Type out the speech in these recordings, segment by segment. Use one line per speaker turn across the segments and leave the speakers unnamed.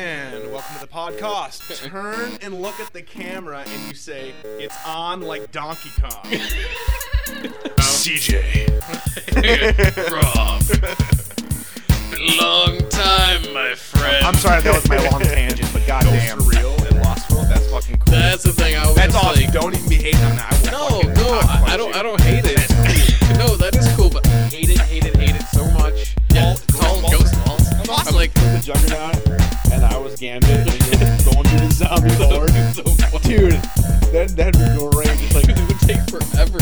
welcome to the podcast. Turn and look at the camera and you say, it's on like Donkey Kong.
CJ. Rob. Long time, my friend.
I'm sorry that was my long tangent, but goddamn.
Surreal and lost world. That's fucking cool.
That's the thing. I was
That's awesome.
like,
don't even be hating on that. I will fucking
no, no,
cock
I, I
punch
don't,
you.
I don't hate it. no, that is cool, but I hate it, hate it, hate it so much. Yeah, tall ghost walls. I'm like,
the Juggernaut, and I was Gambit, and you were going through the zombie horde.
so fucking
Dude, that, that'd be great. Just like,
it would take forever.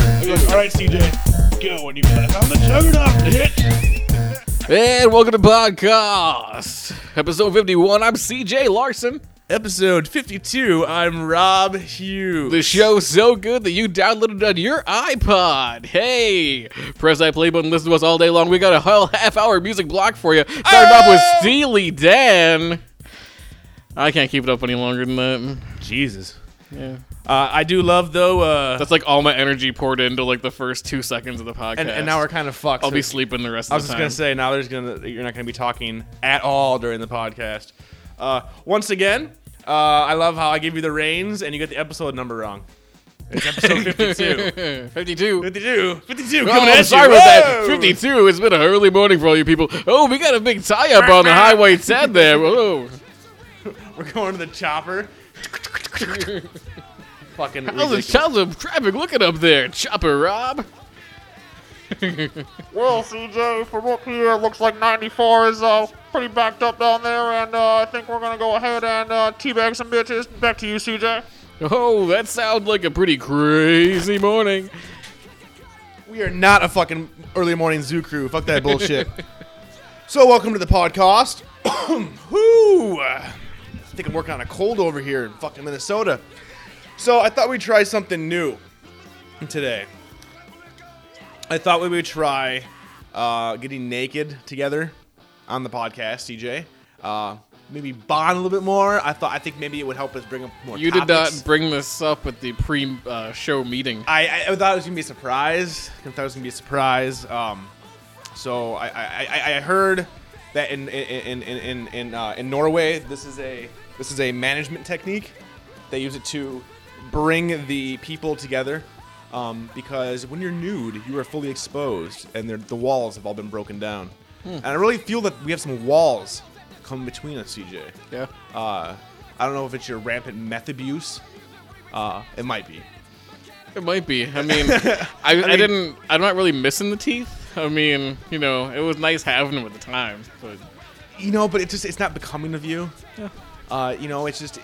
all right, CJ, go. And you'd be like, I'm the Juggernaut, bitch.
And welcome to podcast episode 51. I'm CJ Larson.
Episode 52. I'm Rob Hughes.
The show's so good that you downloaded it on your iPod. Hey, press that play button. Listen to us all day long. We got a whole half hour music block for you. Starting off with Steely Dan. I can't keep it up any longer than that.
Jesus.
Yeah,
Uh, I do love though. Uh,
that's like all my energy poured into like the first two seconds of the podcast.
and, and now we're kind of fucked.
I'll
so
be sleeping the rest
I
of
was
the
just
time.
gonna say now there's gonna you're not gonna be talking at all during the podcast. Uh, once again, uh, I love how I give you the reins and you get the episode number wrong. It's episode 52.
52.
52. 52.
Oh,
coming
I'm
at
sorry
you.
about that.
Whoa!
52. It's been an early morning for all you people. Oh, we got a big tie up on the Highway 10 there. Whoa.
We're going to the chopper. Fucking
How's the
ridiculous.
tons of traffic looking up there, Chopper Rob?
Well, CJ, from up here, it looks like 94 is uh, pretty backed up down there, and uh, I think we're gonna go ahead and uh, teabag some bitches. Back to you, CJ.
Oh, that sounds like a pretty crazy morning.
We are not a fucking early morning zoo crew. Fuck that bullshit. so, welcome to the podcast. Whoo! I think I'm working on a cold over here in fucking Minnesota. So, I thought we'd try something new today. I thought we would try uh, getting naked together on the podcast, CJ. Uh, maybe bond a little bit more. I thought I think maybe it would help us bring up more.
You did
topics.
not bring this up at the pre-show meeting.
I, I thought it was gonna be a surprise. I thought it was gonna be a surprise. Um, so I, I, I, I heard that in in in in in, uh, in Norway, this is a this is a management technique. They use it to bring the people together. Um, because when you're nude, you are fully exposed, and they're- the walls have all been broken down. And I really feel that we have some walls come between us, CJ.
Yeah.
Uh, I don't know if it's your rampant meth abuse. Uh, it might be.
It might be. I mean, I, I, didn't. I'm not really missing the teeth. I mean, you know, it was nice having them at the time. But
you know, but it just it's not becoming of you. Uh, you know, it's just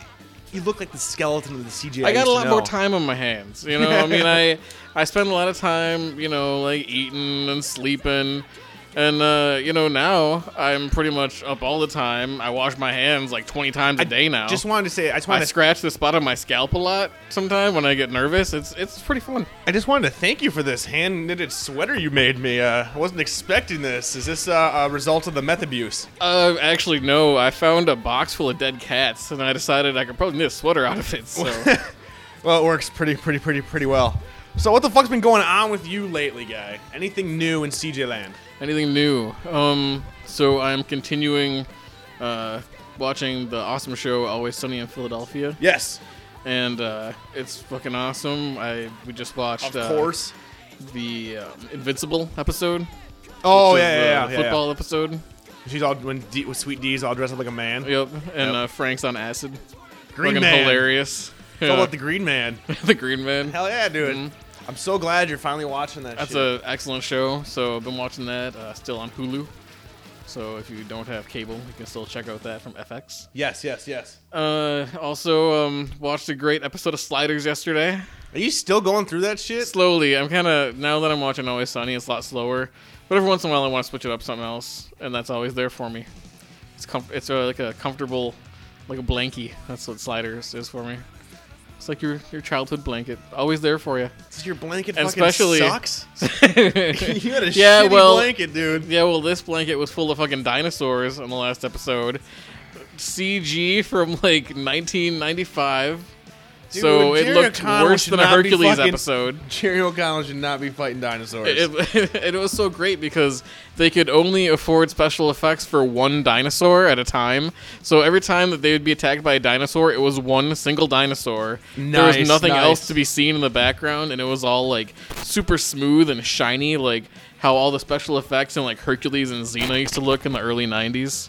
you look like the skeleton of the CGI.
I got
used
a
to
lot more
know.
time on my hands. You know, I mean, I I spend a lot of time, you know, like eating and sleeping, and uh, you know, now I'm pretty much up all the time. I wash my hands like 20 times a day now.
Just wanted to say, I just
I
wanted, to,
scratch the spot on my scalp a lot sometimes when I get nervous. It's it's pretty fun.
I just wanted to thank you for this hand knitted sweater you made me. Uh, I wasn't expecting this. Is this uh, a result of the meth abuse?
Uh, actually, no. I found a box full of dead cats, and I decided I could probably knit a sweater out of it. So
Well, it works pretty, pretty, pretty, pretty well. So, what the fuck's been going on with you lately, guy? Anything new in CJ Land?
anything new? Um, so I'm continuing uh, watching the awesome show Always Sunny in Philadelphia,
Yes,
and uh, it's fucking awesome. I we just watched
of
uh,
course.
the um, Invincible episode.
Oh
which is
yeah,
the
yeah, yeah, yeah.
uh, football episode.
She's all when D, with Sweet D's all dressed up like a man.
Yep, and Uh, Frank's on acid.
Green
fucking
man.
hilarious.
It's all
Yeah.
about the Green Man.
the Green Man.
Hell yeah, dude. I'm so glad you're finally watching that
Mm-hmm. That's
shit.
an excellent show. So I've been watching that. Uh, still on Hulu. So if you don't have cable, you can still check out that from FX.
yes, yes, yes.
Uh, also, um, watched a great episode of Sliders yesterday.
Are you still going through that shit?
Slowly, I'm kind of now that I'm watching Always Sunny, it's a lot slower. But every once in a while, I want to switch it up to something else, and that's always there for me. It's com- it's uh, like a comfortable, like a blankie. That's what Sliders is for me. It's like your your childhood blanket, always there for you.
Does your blanket
And
fucking
especially-
sucks? you had a
Yeah,
shitty
well-
blanket, dude.
Yeah, well, this blanket was full of fucking dinosaurs on the last episode. CG from like 1995.
Dude,
so it
Jerry
looked
O'Connell
worse
should
than a
not be
Hercules
fucking-
episode.
Jerry O'Connell should not be fighting dinosaurs.
It, it, it was so great because they could only afford special effects for one dinosaur at a time. So every time that they would be attacked by a dinosaur, it was one single dinosaur. there
Nice,
was nothing
nice.
else to be seen in the background, and it was all like super smooth and shiny, like how all the special effects in like Hercules and Xena used to look in the early '90s.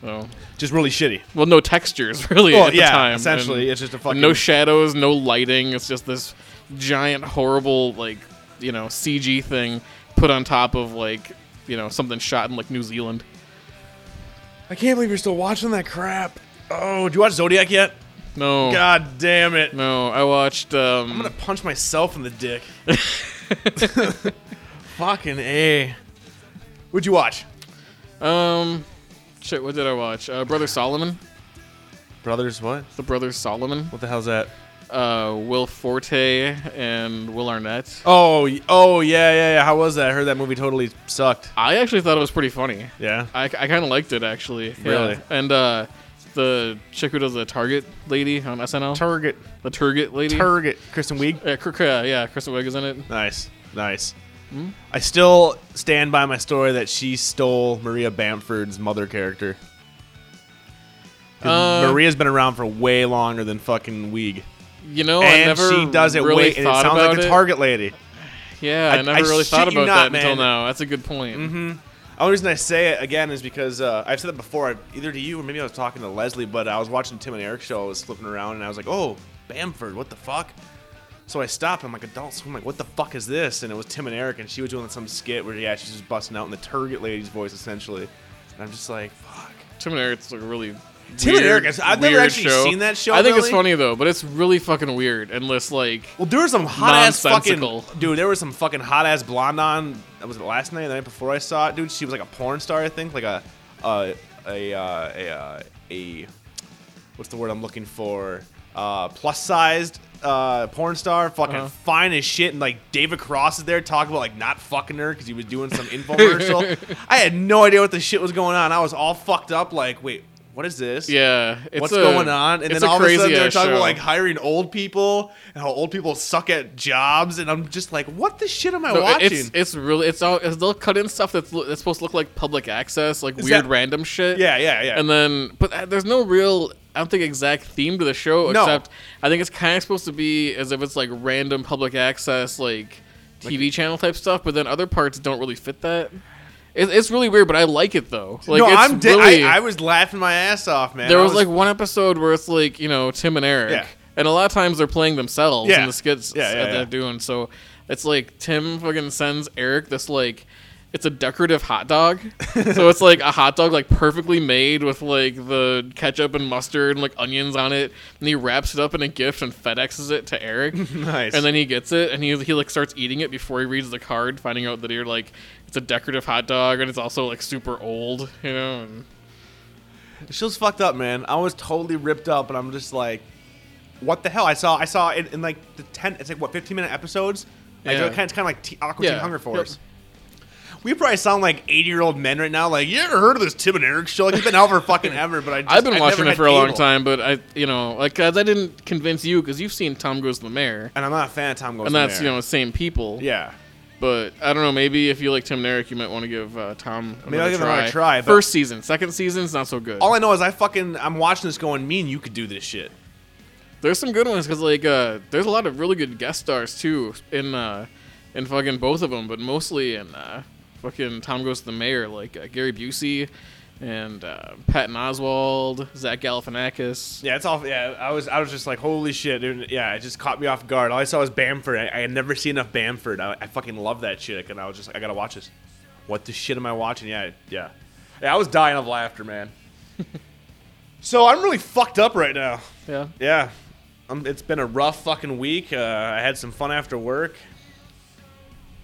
So,
Just really shitty.
well, no textures really
Well,
at
yeah,
the time.
essentially,
and
it's just a fucking-
no shadows, no lighting. It's just this giant, horrible, like you know, CG thing put on top of like you know something shot in like New Zealand.
I can't believe you're still watching that crap. Oh, do you watch Zodiac yet?
No,
God damn it.
Oh. no, I watched. Um,
I'm gonna punch myself in the dick. Fucking A. What'd you watch?
um, shit. What did I watch? Uh, Brother Solomon.
Brothers, what?
The Brothers Solomon.
What the hell's that?
Uh, Will Forte and Will Arnett.
Oh, y- oh yeah, yeah, yeah. How was that? I heard that movie totally sucked.
I actually thought it was pretty funny.
Yeah.
I, I kind of liked it actually. Yeah.
Really?
And uh, the chick who does the Target lady on SNL,
Target,
the Target lady.
Target, Kristen Wiig.
yeah, Kr- Kr- uh, yeah, Kristen Wiig is in it.
Nice, nice.
Hmm?
I still stand by my story that she stole Maria Bamford's mother character. 'Cause
Uh,
Maria's been around for way longer than fucking Wiig,
You know, Oh, I
and
never
she does it
really
wait, and it
thought
sounds
about
like the
it.
Target lady.
Yeah, I,
I-
never
I
really thought
shit you not,
about that until
man.
now. That's a good point. Mm-hmm.
only reason I say it again is because uh, I've said it before, I- either to you or maybe I was talking to Leslie, but I was watching Tim and Eric show. I was flipping around and I was like, "Oh, Bamford, what the fuck?" So I stopped. I'm like, "Adult Swim, like, what the fuck is this?" And it was Tim and Eric, and she was doing some skit where yeah, she's just busting out in the Target lady's voice essentially, and I'm just like, "Fuck."
Tim and Eric's like a really
Tim and
weird,
Eric, I've never
weird
actually
show.
seen that show,
I think it's
really.
funny though, but it's really fucking weird. Unless like
Well, there was some hot ass fucking
Nonsensical.
dude. There was some fucking hot ass blonde on. That was it last night, the night before I saw it, dude. She was like a porn star, I think, like a uh, a uh, a uh, a what's the word I'm looking for? Uh, plus sized uh, porn star, fucking
Uh-huh.
fine as shit, and like David Cross is there talking about like not fucking her because he was doing some infomercial. I had no idea what the shit was going on. I was all fucked up. Like, wait, what is this?
yeah, it's
what's
a-
going on? And
it's
then all of a sudden they're
crazy-ass
talking
show.
about like hiring old people and how old people suck at jobs, and I'm just like, what the shit am I
No, it-
watching?
It's it's really it's all it's, they'll cut in stuff that's lo- that's supposed to look like public access, like
Is
weird
that-
random shit.
yeah, yeah, yeah.
And then, but uh, there's no real, I don't think exact theme to the show.
No.
Except I think it's kind of supposed to be as if it's like random public access, like TV channel type stuff. But then other parts don't really fit that. It, it's really weird, but I like it though. Like
no,
it's
I'm di-
really,
I, I was laughing my ass off, man.
there
I
was, like one episode where it's like you know Tim and Eric,
Yeah.
and a lot of times they're playing themselves
Yeah.
in the skits
Yeah, yeah,
that
yeah.
they're doing. So it's like Tim fucking sends Eric this like. It's a decorative hot dog, so it's like a hot dog, like perfectly made with like the ketchup and mustard and like onions on it. And he wraps it up in a gift and FedExes it to Eric.
Nice.
And then he gets it, and he he like starts eating it before he reads the card, finding out that you're like it's a decorative hot dog and it's also like super old, you know. And
she was fucked up, man. I was totally ripped up, and I'm just like, what the hell? I saw I saw in, in like the ten, it's like what 15 minute episodes. Like
Yeah.
they're kind of, kind of like t- awkward
Yeah.
teen hunger
Yep.
force. We probably sound like 80 year old men right now. Like, you ever heard of this Tim and Eric show? Like, it's been out for fucking ever. But I just,
I've been
I never
watching it
had
for a long
cable.
time, but I, you know, like uh, that didn't convince you because you've seen Tom Goes to the Mayor,
and I'm not a fan of Tom Goes. to
and
the
that's you
Mayor.
know same people.
yeah.
But I don't know. Maybe if you like Tim and Eric, you might want to give uh, Tom
Maybe
another
I'll give it
try.
another try, but-
First season, second season's not so good.
All I know is I fucking I'm watching this going. Me and you could do this shit.
there's some good ones because like uh, there's a lot of really good guest stars too in uh, in fucking both of them, but mostly in uh, fucking Tom Goes to the Mayor, like uh, Gary Busey and uh, Patton Oswald, Zach Galifianakis.
Yeah, it's all. Yeah, I was I was just like, holy shit, dude. Yeah, it just caught me off guard. All I saw was Bamford. I, I had never seen enough Bamford. I, I fucking love that shit, and I was just like, I gotta watch this. What the shit am I watching? Yeah, yeah, yeah. I was dying of laughter, man. so I'm really fucked up right now.
yeah.
Yeah, um, it's been a rough fucking week. Uh, I had some fun after work.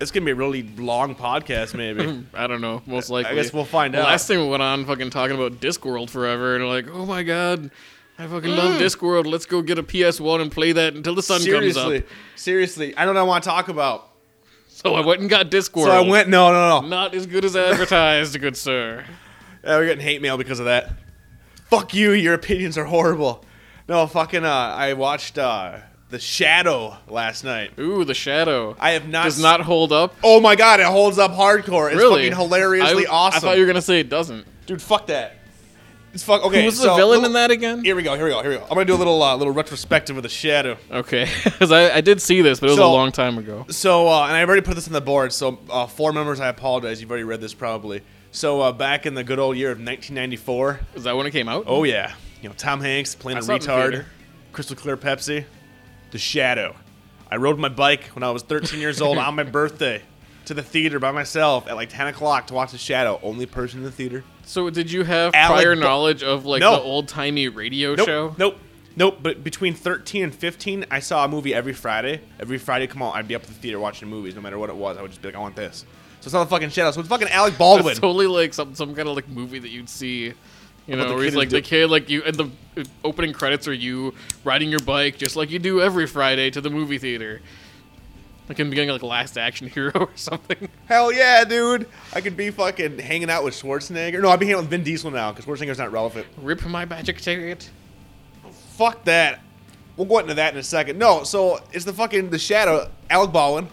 It's gonna be a really long podcast, maybe.
I don't know. Most likely.
guess we'll find
The
out.
Last thing we went on fucking talking about Discworld forever, and like, oh my god, I fucking
Mm.
love Discworld. Let's go get a PS1 and play that until the sun
seriously,
comes up.
seriously, I don't know what I want to talk about.
So I went and got Discworld.
So I went, no, no, no.
Not as good as advertised, good sir.
Uh, we're getting hate mail because of that. Fuck you, your opinions are horrible. No, fucking. Uh, I watched uh, The Shadow last night.
Ooh, the shadow.
I have not.
does not hold up.
Oh my god, it holds up hardcore. It's
really,
fucking hilariously
I,
awesome.
I thought you were gonna say it doesn't.
Dude, fuck that. It's fuck. Okay,
Who's
so-
the villain
little-
in that again?
Here we go. Here we go. Here we go. I'm gonna do a little uh, little retrospective of The Shadow.
Okay, because I, I did see this, but it was a
So-
long time ago.
So, uh, and I've already put this on the board. So, uh, four members, I apologize. You've already read this probably. So, uh, back in the good old year of 1994.
Is that when it came out?
Oh yeah, you know Tom Hanks playing
I
a
saw it in the
retard,
theater.
crystal clear Pepsi, The Shadow. I rode my bike when I was 13 years old on my birthday to the theater by myself at like 10 o'clock to watch The Shadow. Only person in the theater.
So did you have
Alec
prior
Bo-
knowledge of like
No.
the old timey radio
Nope.
show?
Nope. Nope. But between 13 and 15, I saw a movie every Friday. Every Friday, come on, I'd be up at the theater watching movies, no matter what it was. I would just be like, I want this. So it's not the fucking Shadow. So it's fucking Alec
It's
Baldwin.
totally like some some kind of like movie that you'd see. You know,
the
where he's
kid
like
who
the
did-
kid, like you, and the uh, opening credits are you riding your bike just like you do every Friday to the movie theater, like in the beginning, like Last Action Hero or something.
Hell yeah, dude. I could be fucking hanging out with Schwarzenegger. No, I'd be hanging out with Vin Diesel now because Schwarzenegger's not relevant.
Rip my magic ticket.
Fuck that. We'll go into that in a second. No, so it's the fucking the shadow, Alec Baldwin,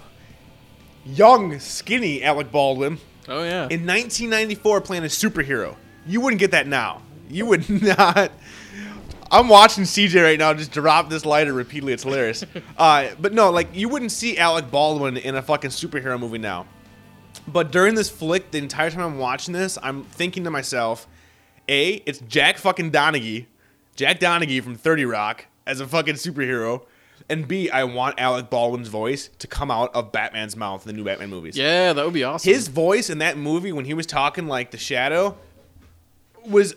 young, skinny Alec Baldwin
Oh yeah,
in 1994 playing a superhero. You wouldn't get that now. You would not. I'm watching CJ right now just drop this lighter repeatedly. It's hilarious. uh, but no, like you wouldn't see Alec Baldwin in a fucking superhero movie now. But during this flick, the entire time I'm watching this, I'm thinking to myself, A, it's Jack fucking Donaghy, Jack Donaghy from 30 Rock as a fucking superhero. And B, I want Alec Baldwin's voice to come out of Batman's mouth in the new Batman movies.
yeah, that would be awesome.
His voice in that movie when he was talking like the shadow was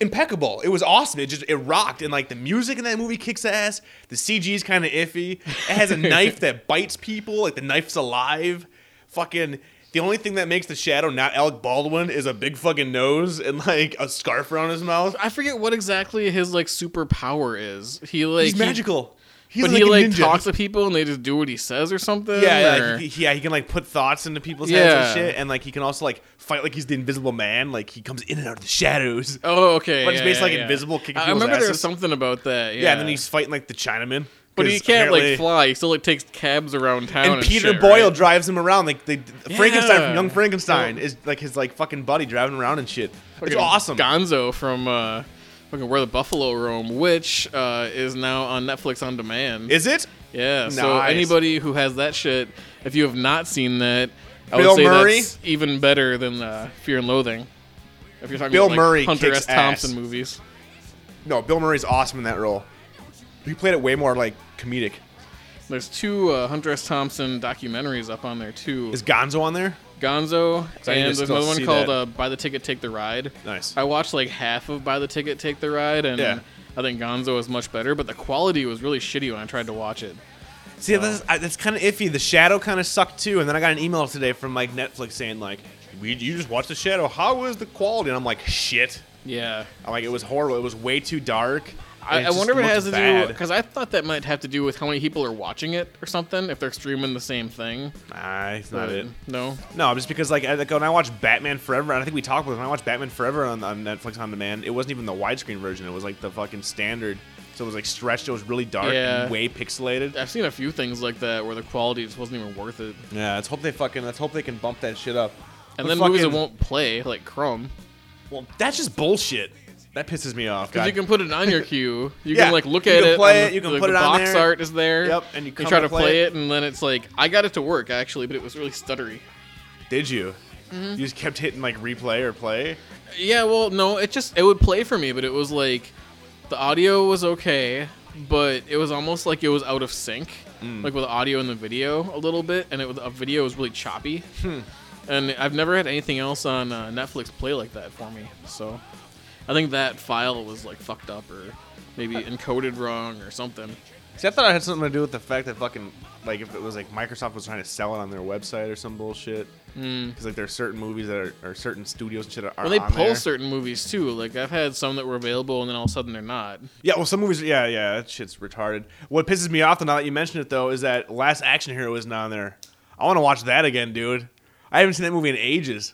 impeccable. It was awesome. It just it rocked and like the music in that movie kicks ass. The CG is kind of iffy. It has a knife that bites people. Like the knife's alive. Fucking the only thing that makes the shadow not Alec Baldwin is a big fucking nose and like a scarf around his mouth.
I forget what exactly his like superpower is. He like
He's
he-
magical. He's
but
like
he
a
like
ninja.
talks to people and they just do what he says or something.
Yeah,
or-
yeah, he, he- yeah. He can like put thoughts into people's heads
Yeah.
and shit, and like he can also like fight like he's the Invisible Man. Like he comes in and out of the shadows.
oh, okay.
But he's
yeah,
basically, like,
yeah, yeah.
invisible, kicking
I
people's
remember there was
asses.
something about that. Yeah,
Yeah, and then he's fighting like the Chinaman.
but he
'cause
can't
apparently-
like fly. He still like takes cabs around town. And,
And Peter
shit,
Boyle
right?
drives him around like the Frankenstein
Yeah.
from Young Frankenstein is like his like fucking buddy driving around and shit. It's
Fucking
awesome.
Gonzo from uh, fucking Where the Buffalo Roam, which uh, is now on Netflix on demand.
Is it?
yeah. So
Nice.
anybody who has that shit, if you have not seen that, I
Bill
would say
Murray?
that's even better than uh, Fear and Loathing. If you're talking
Bill
about like,
Murray
Hunter
kicks
S. Thompson
ass.
movies.
No, Bill Murray's awesome in that role. He played it way more like comedic.
There's two uh, Hunter S. Thompson documentaries up on there too.
Is Gonzo on there?
Gonzo
I need to
and there's
still
another one
see
called
that.
uh, Buy the Ticket, Take the Ride.
Nice.
I watched like half of Buy the Ticket, Take the Ride, and
Yeah.
I think Gonzo was much better, but the quality was really shitty when I tried to watch it.
See, that's, I, that's kind of iffy. The Shadow kind of sucked too, and then I got an email today from like Netflix saying like, we, "You just watched The Shadow. How was the quality?" And I'm like, "Shit."
Yeah.
I'm like, "It was horrible. It was way too dark."
I,
and
I
just
wonder if it
looked
has to do
bad.
because I thought that might have to do with how many people are watching it or something. If they're streaming the same thing,
Nah, it's not
But
it.
No,
No, just because like, I, like when I watched Batman Forever, and I think we talked about it, when I watched Batman Forever on, on Netflix on demand, it wasn't even the widescreen version. It was like the fucking standard. So it was like stretched. It was really dark,
Yeah.
and way pixelated.
I've seen a few things like that where the quality just wasn't even worth it.
Yeah, let's hope they fucking let's hope they can bump that shit up. But
And then movies that
fucking-
won't play, like Chrome,
Well, that's just bullshit. That pisses me off.
because you
God.
can put it on your queue. You
Yeah,
can like look
you
at
can
it.
play
on
it, you can
the,
put
the
it on
box
there.
art is there.
Yep, and you come
try
to
to
play
play
it.
it. and then it's like I got it to work actually, but it was really stuttery.
Did you? You just kept hitting like replay or play.
Yeah, well, no, it just it would play for me, but it was like the audio was okay, but it was almost like it was out of sync, like with the audio and the video a little bit, and it was a video was really choppy. And I've never had anything else on uh, Netflix play like that for me, so I think that file was like fucked up or maybe encoded wrong or something.
See, I thought it had something to do with the fact that fucking like if it was like Microsoft was trying to sell it on their website or some bullshit. Because like there are certain movies that are or certain studios and shit that are.
When they
on
pull
there.
certain movies too, like I've had some that were available and then all of a sudden they're not.
Yeah, well, some movies. Yeah, yeah, that shit's retarded. What pisses me off, though, now that you mention it, though, is that Last Action Hero isn't on there. I want to watch that again, dude. I haven't seen that movie in ages.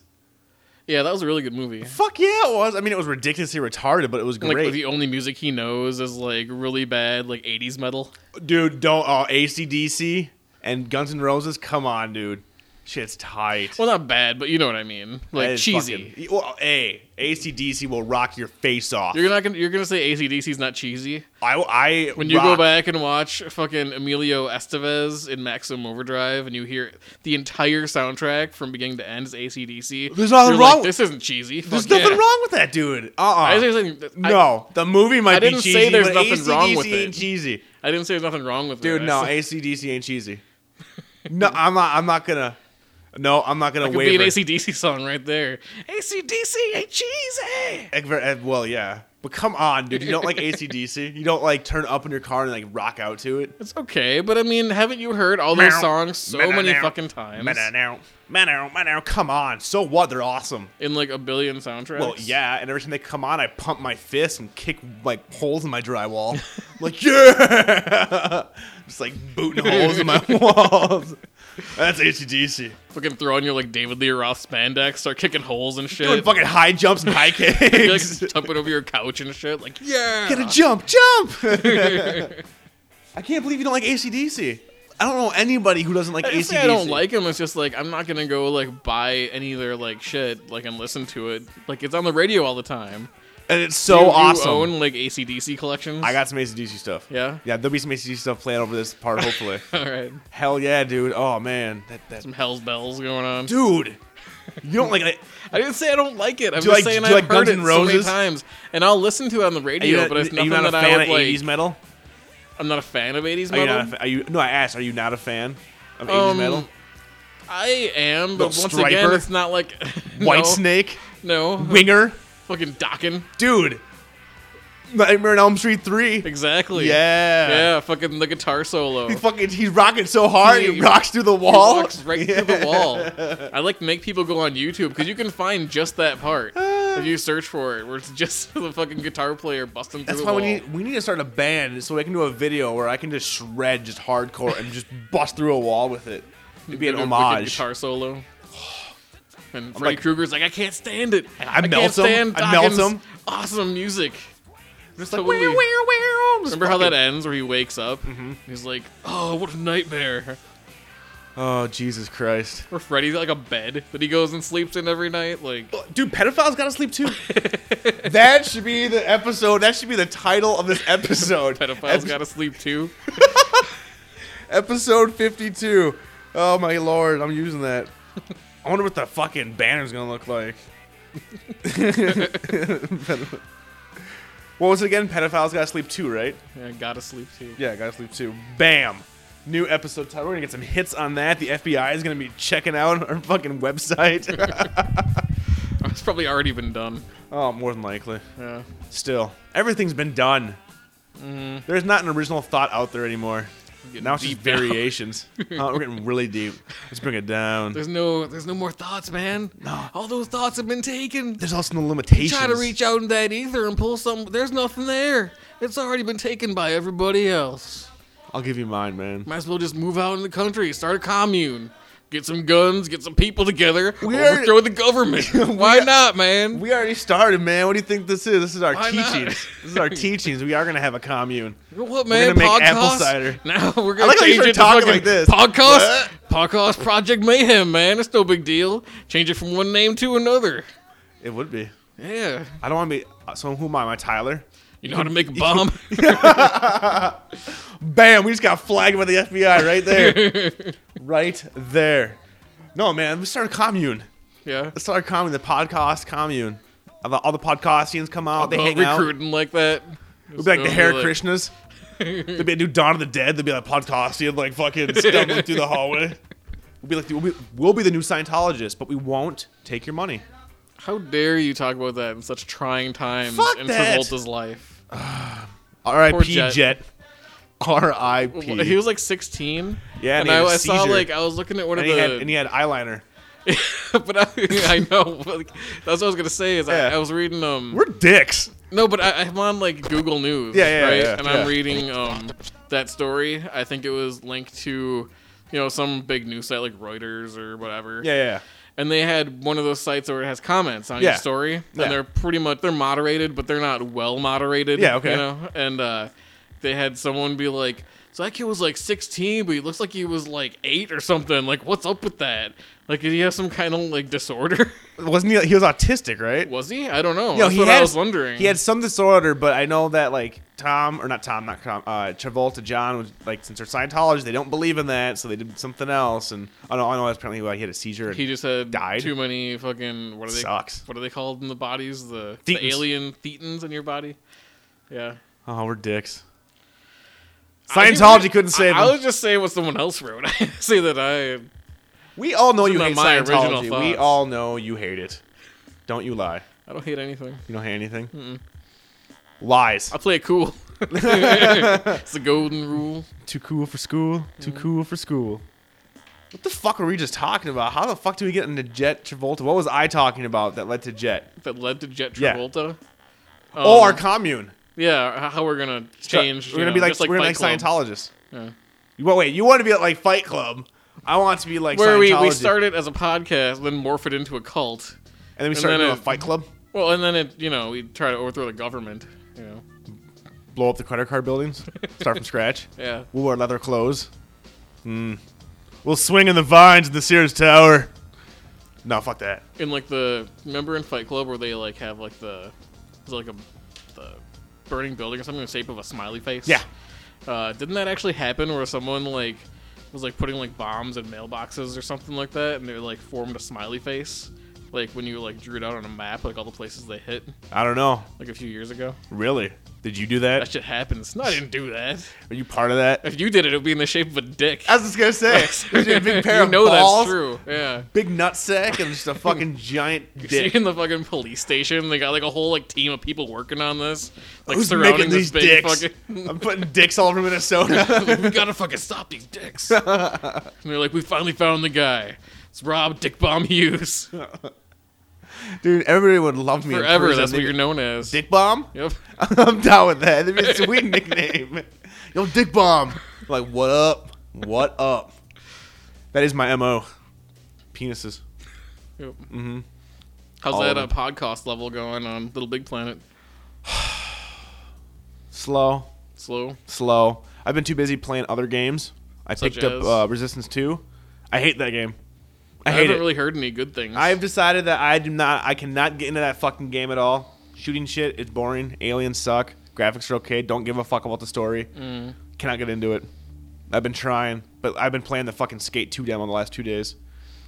Yeah, that was a really good movie.
Fuck yeah, it was. I mean, it was ridiculously retarded, but it was
Like
great.
the only music he knows is like really bad, like '80s metal.
dude, don't. Oh, ACDC and Guns N' Roses. Come on, dude. Shit's tight.
Well, not bad, but you know what I mean.
That
Like
is
cheesy.
fucking- well, hey, ACDC will rock your face off.
You're not gonna you're gonna say ACDC's not cheesy
I, I
when you go
rock-
back and watch fucking Emilio Estevez in Maximum Overdrive and you hear the entire soundtrack from beginning to end is ACDC.
There's nothing
you're
wrong
Like,
with-
this isn't cheesy.
There's
Fuck
nothing
yeah.
wrong with that, dude. Uh uh
I, was saying that- I-
No, the movie might
I
be
didn't
cheesy.
say there's
but
nothing wrong with
AC/DC ain't
it.
cheesy,
I didn't say there's nothing wrong with
dude.
it. I
No,
said-
ACDC ain't cheesy. No, I'm not. I'm not gonna. No, I'm not gonna
could be an
waver.
ACDC song right there. ACDC ain't cheesy.
Ever- eh, Well, yeah, but come on, dude. You don't like ACDC. You don't like turn up in your car and like rock out to it.
It's okay, but I mean, haven't you heard all those
Meow.
songs so
Meow,
many
meow.
fucking times
Man, man, come on. So what? They're awesome.
in like a billion soundtracks?
Well, yeah, and every time they come on, I pump my fist and kick like holes in my drywall. like, yeah, just like booting holes in my walls. That's ACDC.
fucking throw on your like David Lee Roth spandex, start kicking holes and shit.
Doing fucking high jumps and high
You're,
kicks.
like tumping over your couch and shit. Like, yeah.
Get a jump, jump. I can't believe you don't like ACDC. I don't know anybody who doesn't like
I didn't
ACDC.
say I don't like them. It's just like I'm not gonna go like buy any of their like shit like and listen to it. Like it's on the radio all the time.
and it's
Do
so
you
awesome.
own like ACDC collections.
I got some ACDC stuff.
Yeah?
yeah. There'll be some ACDC stuff playing over this part, hopefully.
all right.
Hell yeah, dude. Oh man, that, that
Some hell's bells going on.
dude. You don't like
I didn't say I don't like it. I'm
Do you
just
like-
saying
do
I've
you like
heard
Guns
it
N'
so many
Roses?
times, and I'll listen to it on the
Are you
radio.
not,
but it's
are you
nothing
not a
that I
fan
would
of
like.
80s metal?
I'm not a fan of 80s
Are you,
metal.
not a, fa- are you? No, I asked. Are you not a fan of 80s
Um,
metal?
I am, but
Little
once
Striper?
again, it's not like
White
no,
Snake,
No,
Winger,
fucking Dockin.
dude. Nightmare on Elm Street three.
Exactly.
Yeah.
Yeah. Fucking the guitar solo.
He fucking he's rocking so hard he,
He-
rocks through the
He
wall.
walks right through the wall. I like to make people go on YouTube because you can find just that part if you search for it, where it's just the fucking guitar player busting
That's
through
why
the
we
wall.
need we need to start a band so I can do a video where I can just shred just hardcore and just bust through a wall with it. It'd be an
Fucking
homage.
guitar solo. And Freddy
like-
Krueger's like, I can't stand it. I,
melt him.
can't stand
I melt
Dawkins'
him."
Awesome music.
Just like,
Totally.
"Wah, wah, wah," just
Remember how that
fucking-
ends, where he wakes up?
Mm-hmm.
and He's like, oh, what a nightmare.
Oh Jesus Christ,
Or Freddy's like a bed that he goes and sleeps in every night. Like,
dude! Pedophiles gotta sleep too. that should be the episode. That should be the title of this episode.
pedophiles
Epi-
gotta sleep too.
episode 52. Oh my lord, I'm using that. I wonder what the fucking banner's gonna look like. what was it again? Pedophiles gotta sleep too, right?
Yeah, gotta sleep too.
Yeah, gotta sleep too. Bam! New episode title. We're gonna get some hits on that. The FBI is gonna be checking out our fucking website.
It's probably already been done.
oh, more than likely.
Yeah.
Still, everything's been done. There's not an original thought out there anymore. Now it's just
deep now.
variations. Uh, we're getting really deep. Let's bring it down.
There's no, there's no more thoughts, man. No. All those thoughts have been taken.
There's also no limitations.
Try to reach out in that ether and pull some. There's nothing there. It's already been taken by everybody else.
I'll give you mine, man.
Might as well just move out in the country, start a commune, get some guns, get some people together,
We are-
overthrow the government. Why not, man?
We already started, man. What do you think this is? This is our
Why not?
teachings. This is our teachings. We are gonna have a commune.
You know what, man?
gonna make
podcast?
apple cider.
Now we're gonna
like how you
change it
started
to
talking
fucking
like this.
Podcast, podcast Project Mayhem, man. It's no big deal. Change it from one name to another.
It would be.
Yeah,
I don't want to be. uh, So who am I? Am I Tyler?
you know how to make a bomb.
Bam! We just got flagged by the FBI right there. right there. No, man. We start a commune.
yeah,
Let's start a commune. The podcast commune. All the, all the podcastians come out. They
Well,
hang out.
Oh, recruiting like that.
It'd be like the
They'll
Hare
be like-
Krishnas. There'd be a new Dawn of the Dead. There'd be like podcastian, like fucking stumbling through the hallway. We'll be like, the, we'll, be, we'll be the new Scientologists, but we won't take your money.
How dare you talk about that in such trying times
Fuck
in
that.
Travolta's life?
R.I.P.
Jet.
Jet. R.I.P.
He was like 16.
Yeah,
and
and he
I,
had a
I saw
seizure.
like I was looking at one
and,
of
he
the.
had, and he had eyeliner.
but I, I know but, like, that's what I was gonna say. Is
Yeah.
I, I was reading um.
We're dicks.
No, but I, I'm on like Google News,
Yeah, yeah,
right?
yeah,
and
yeah.
I'm reading um that story. I think it was linked to, you know, some big news site like Reuters or whatever.
Yeah, yeah.
and they had one of those sites where it has comments on
Yeah.
each story, and
Yeah.
they're pretty much they're moderated, but they're not well moderated.
Yeah, okay.
You know, and uh, they had someone be like, "So that kid was like 16, but he looks like he was like eight or something. Like, what's up with that? Like, did he have some kind of like disorder?
Wasn't he? He was autistic, right?
was he? I don't know.
No,
That's
he
what
had,
I was wondering.
He had some disorder, but I know that like Tom or not Tom, not Tom, uh, Travolta, John was like since they're Scientologists, they don't believe in that, so they did something else. And I know, I know that's apparently why he had a seizure. And
He just had
Died?
too many fucking what are they
Sucks.
what are they called in the bodies the, the
Thetans.
alien thetans in your body? Yeah.
oh, we're dicks.
I think
Scientology
we-
couldn't
I,
save
I
him.
was just saying what someone else wrote. I say that I
We all know you
Those are
hate
my original
Scientology. We
thoughts.
all know you hate it. Don't you lie.
I don't hate anything.
You don't hate anything. Lies.
I play it cool. it's the golden rule.
Too cool for school. Too cool for school. Mm-hmm. What the fuck were we just talking about? How the fuck do we get into Jet Travolta? What was I talking about that led to Jet?
that led to Jet
Yeah.
Travolta.
oh,
Um,
our commune.
yeah, h- how we're gonna change?
We're
you
gonna
know,
be like,
just like
we're gonna be
Fight
like
Club.
Scientologists.
Yeah.
You want wait? You want to be like Fight Club? I want to be like
Where we,
Scientology.
we started as a podcast, then morph it into a cult.
and then we
and
start
then
doing a
it-
Fight Club.
Well, and then it, you know, we try to overthrow the government. You know,
Blow up the credit card buildings. Start from scratch.
yeah.
We'll wear leather clothes. Mm. We'll swing in the vines in the Sears Tower. No, fuck that.
in like the remember in Fight Club where they like have like the was it like a the burning building or something in the shape of a smiley face.
Yeah.
Uh, didn't that actually happen where someone like was like putting like bombs in mailboxes or something like that, and they like formed a smiley face, like when you like drew it out on a map, like all the places they hit,
I don't know.
like a few years ago.
Really? Did you do that?
That shit happens. No, I didn't do that.
Are you part of that?
If you did it, it would be in the shape of a dick.
I was just gonna say, there's a big pair
you
of
know
balls,
that's true. Yeah.
big nut sack, and just a fucking giant
See
dick.
in the fucking police station, they got like a whole like team of people working on this, like
Who's
surrounding
making
this
these
big
dicks?
fucking.
I'm putting dicks all over Minnesota.
we gotta fucking stop these dicks. and they're like, we finally found the guy. It's Rob Dick Bomb Hughes.
Dude, everybody would love me in
Forever,
prison.
that's what
They'd
you're
be,
known as.
Dick Bomb?
Yep.
I'm down with that. That'd be a sweet nickname. Yo, Dick Bomb. Like, what up? What up? That is my MO. Penises.
yep. Mm-hmm. How's
All
that uh,
of
podcast level going on Little Big Planet?
Slow,
Slow.
slow. I've been too busy playing other games. I
Such
picked up
as?
uh, Resistance 2. I hate that game. I
I
hate
haven't
it.
really heard any good things.
I've decided that I do not I cannot get into that fucking game at all. Shooting shit, it's boring. Aliens suck. Graphics are okay. Don't give a fuck about the story.
Mm.
Cannot get into it. I've been trying, but I've been playing the fucking Skate 2 demo the last two days.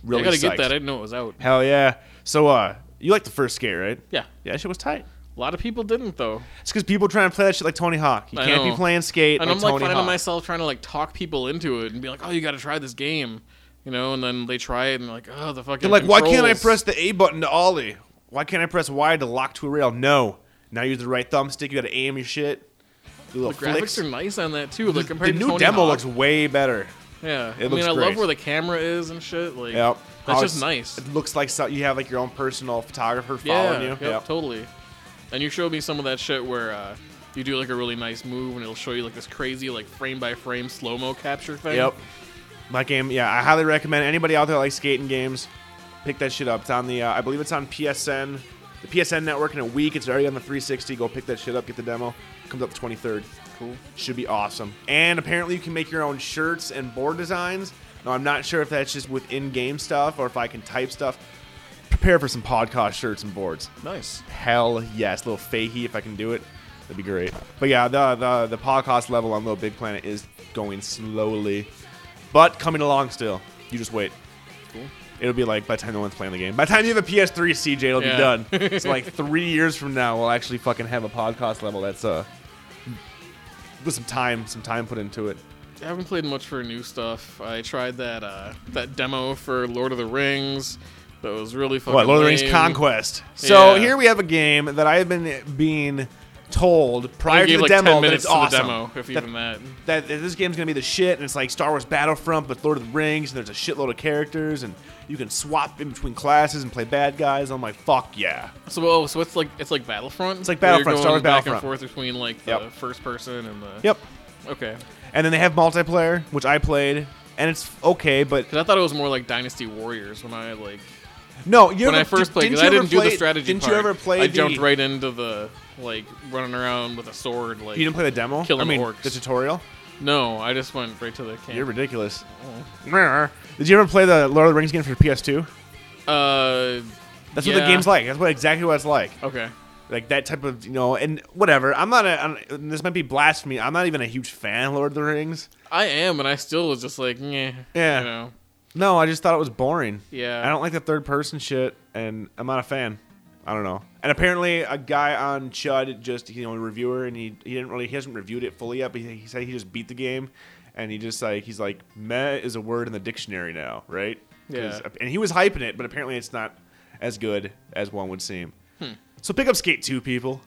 Really
I gotta
psyched.
get that. I didn't know it was out.
Hell yeah. So uh you like the first skate, right?
Yeah.
Yeah, that shit was tight.
A lot of people didn't though.
It's because people trying to play that shit like Tony Hawk. You
I
can't be
know.
playing skate
and
like
I'm like
Tony
finding
Hawk.
myself trying to like talk people into it and be like, "Oh, you got to try this game," you know. And then they try it and they're like, "Oh, the fucking."
They're like, why can't I
controls."
press the A button to ollie? Why can't I press Y to lock to a rail? No. Now use the right thumbstick. You got to aim your shit. Do
The
little
graphics
flicks.
are nice on that too. Like
the
compared to
new
Tony
demo
Hawk.
looks way better.
Yeah, I
it
mean,
looks
I
great.
love where the camera is and shit. Like,
Yep.
that's
How
just
it's-
nice.
It looks like so, you have like your own personal photographer
Yeah,
following you.
yep, totally. And you showed me some of that shit where uh, you do like a really nice move and it'll show you like this crazy like frame by frame slow mo capture thing.
Yep. My game, yeah, I highly recommend anybody out there that likes skating games, pick that shit up. It's on the, uh, I believe it's on PSN, the PSN network in a week. It's already on the 360. Go pick that shit up. Get the demo. Comes up the 23rd.
Cool.
Should be awesome. And apparently you can make your own shirts and board designs. Now I'm not sure if that's just within game stuff or if I can type stuff. Prepare for some podcast shirts and boards.
Nice.
Hell yes, little Fahey if I can do it. That'd be great. But yeah, the the the podcast level on Little Big Planet is going slowly, but coming along still. You just wait.
Cool.
It'll be like by the time no one's playing the game. By the time you have a PS3, CJ, it'll
Yeah.
be done. so like three years from now, we'll actually fucking have a podcast level that's uh with some time, some time put into it.
I haven't played much for new stuff. I tried that uh, that demo for Lord of the Rings. That was really fucking.
What Lord of the Rings
lame.
Conquest? So
Yeah.
here we have a game that I have been being told prior
I gave
to the
like
demo
ten
that
minutes
it's
to
awesome.
the demo, if
That-
even that.
that that this game's gonna be the shit, and it's like Star Wars Battlefront, but Lord of the Rings, and there's a shitload of characters, and you can swap in between classes and play bad guys. I'm like, fuck yeah.
So oh, so it's like it's like Battlefront. It's
like Battlefront,
Going
Star Wars
back
Battlefront.
and forth between like the
Yep.
first person and the.
Yep.
Okay.
And then they have multiplayer, which I played, and it's okay, but
Because I thought it was more like Dynasty Warriors when I like
No, you
when
ever,
I first played,
didn't
because
you
I
ever
didn't do the
play-
strategy
Didn't you
part.
ever play?
I
the,
jumped right into the like running around with a sword. Like
You didn't play the demo.
Killing
I mean,
orcs.
the tutorial.
no, I just went right to the camp.
You're ridiculous.
Mm.
Did you ever play the Lord of the Rings game for PS2?
uh,
That's what
Yeah.
the game's like. That's what exactly what it's like.
okay.
Like that type of you know, and whatever. I'm not. A, I'm, and this might be blasphemy. I'm not even a huge fan of Lord of the Rings.
I am, and I still was just like, yeah,
Yeah.
you know,
No, I just thought it was boring.
yeah.
I don't like the third person shit, and I'm not a fan. I don't know. And apparently, a guy on Chud just you know a reviewer, and he he didn't really he hasn't reviewed it fully yet, but he, he said he just beat the game, and he just like he's like meh is a word in the dictionary now, right? 'Cause- uh,
Yeah.
And he was hyping it, but apparently it's not as good as one would seem.
Hmm.
So pick up Skate Two, people.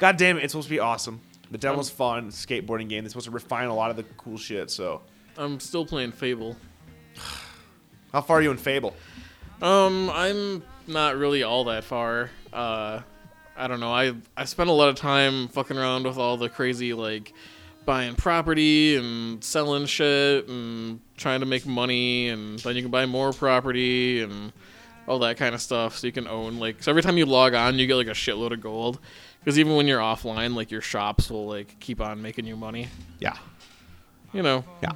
God damn it, it's supposed to be awesome. The
Um,
demo's fun. It's a skateboarding game. They're supposed to refine a lot of the cool shit. So
I'm still playing Fable.
how far are you in Fable?
Um, I'm not really all that far. Uh, I don't know. I I spent a lot of time fucking around with all the crazy like buying property and selling shit and trying to make money and then you can buy more property and all that kind of stuff so you can own like so every time you log on you get like a shitload of gold because even when you're offline like your shops will like keep on making you money
Yeah,
you know
yeah,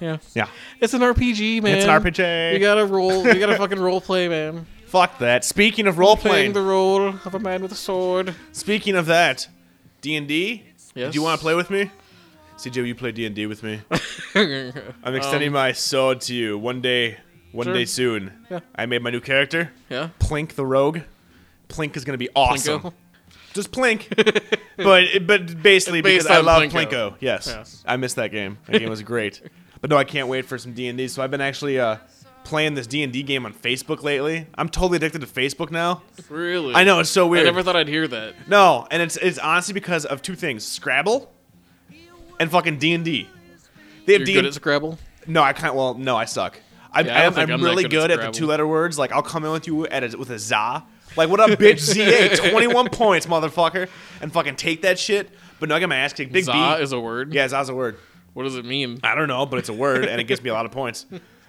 yeah
yeah.
it's an rpg man
It's an RPG.
you gotta roll you gotta fucking role play man
Fuck that. Speaking of role
playing
playing,
the role of a man with a sword.
speaking of that, D and D. Do
Yes.
you want to play with me? CJ, will you play D and D with me?
yeah.
I'm extending my sword to you one day, one
Um, sure.
day soon.
Yeah.
I made my new character, Plink the Rogue. Plink is gonna be awesome.
Plinko?
Just Plink, but but basically
Based
because I
on
love
Plinko.
Plinko. Yes.
Yes.
I missed that game. That game was great. But no, I can't wait for some D and D. So I've been actually uh, playing this D and D game on Facebook lately. I'm totally addicted to Facebook now.
Really?
I know it's so
I
weird.
never thought I'd hear that.
No, and it's it's honestly because of two things: Scrabble and fucking D and D. They have
You're
D.
good at Scrabble.
no, I can't. Well, no, I suck. I,
Yeah, I don't
I,
think
am
I'm that
really
good at
good at, the
Scrabble.
two-letter words. Like I'll come in with you at a, with a za. Like what up, bitch? Za, 21 points, motherfucker, and fucking take that shit. But no, I got my ass kicked. Big
Za
B.
is a word.
yeah, za's a word.
What does it mean?
I don't know, but it's a word, and it gives me a lot of points.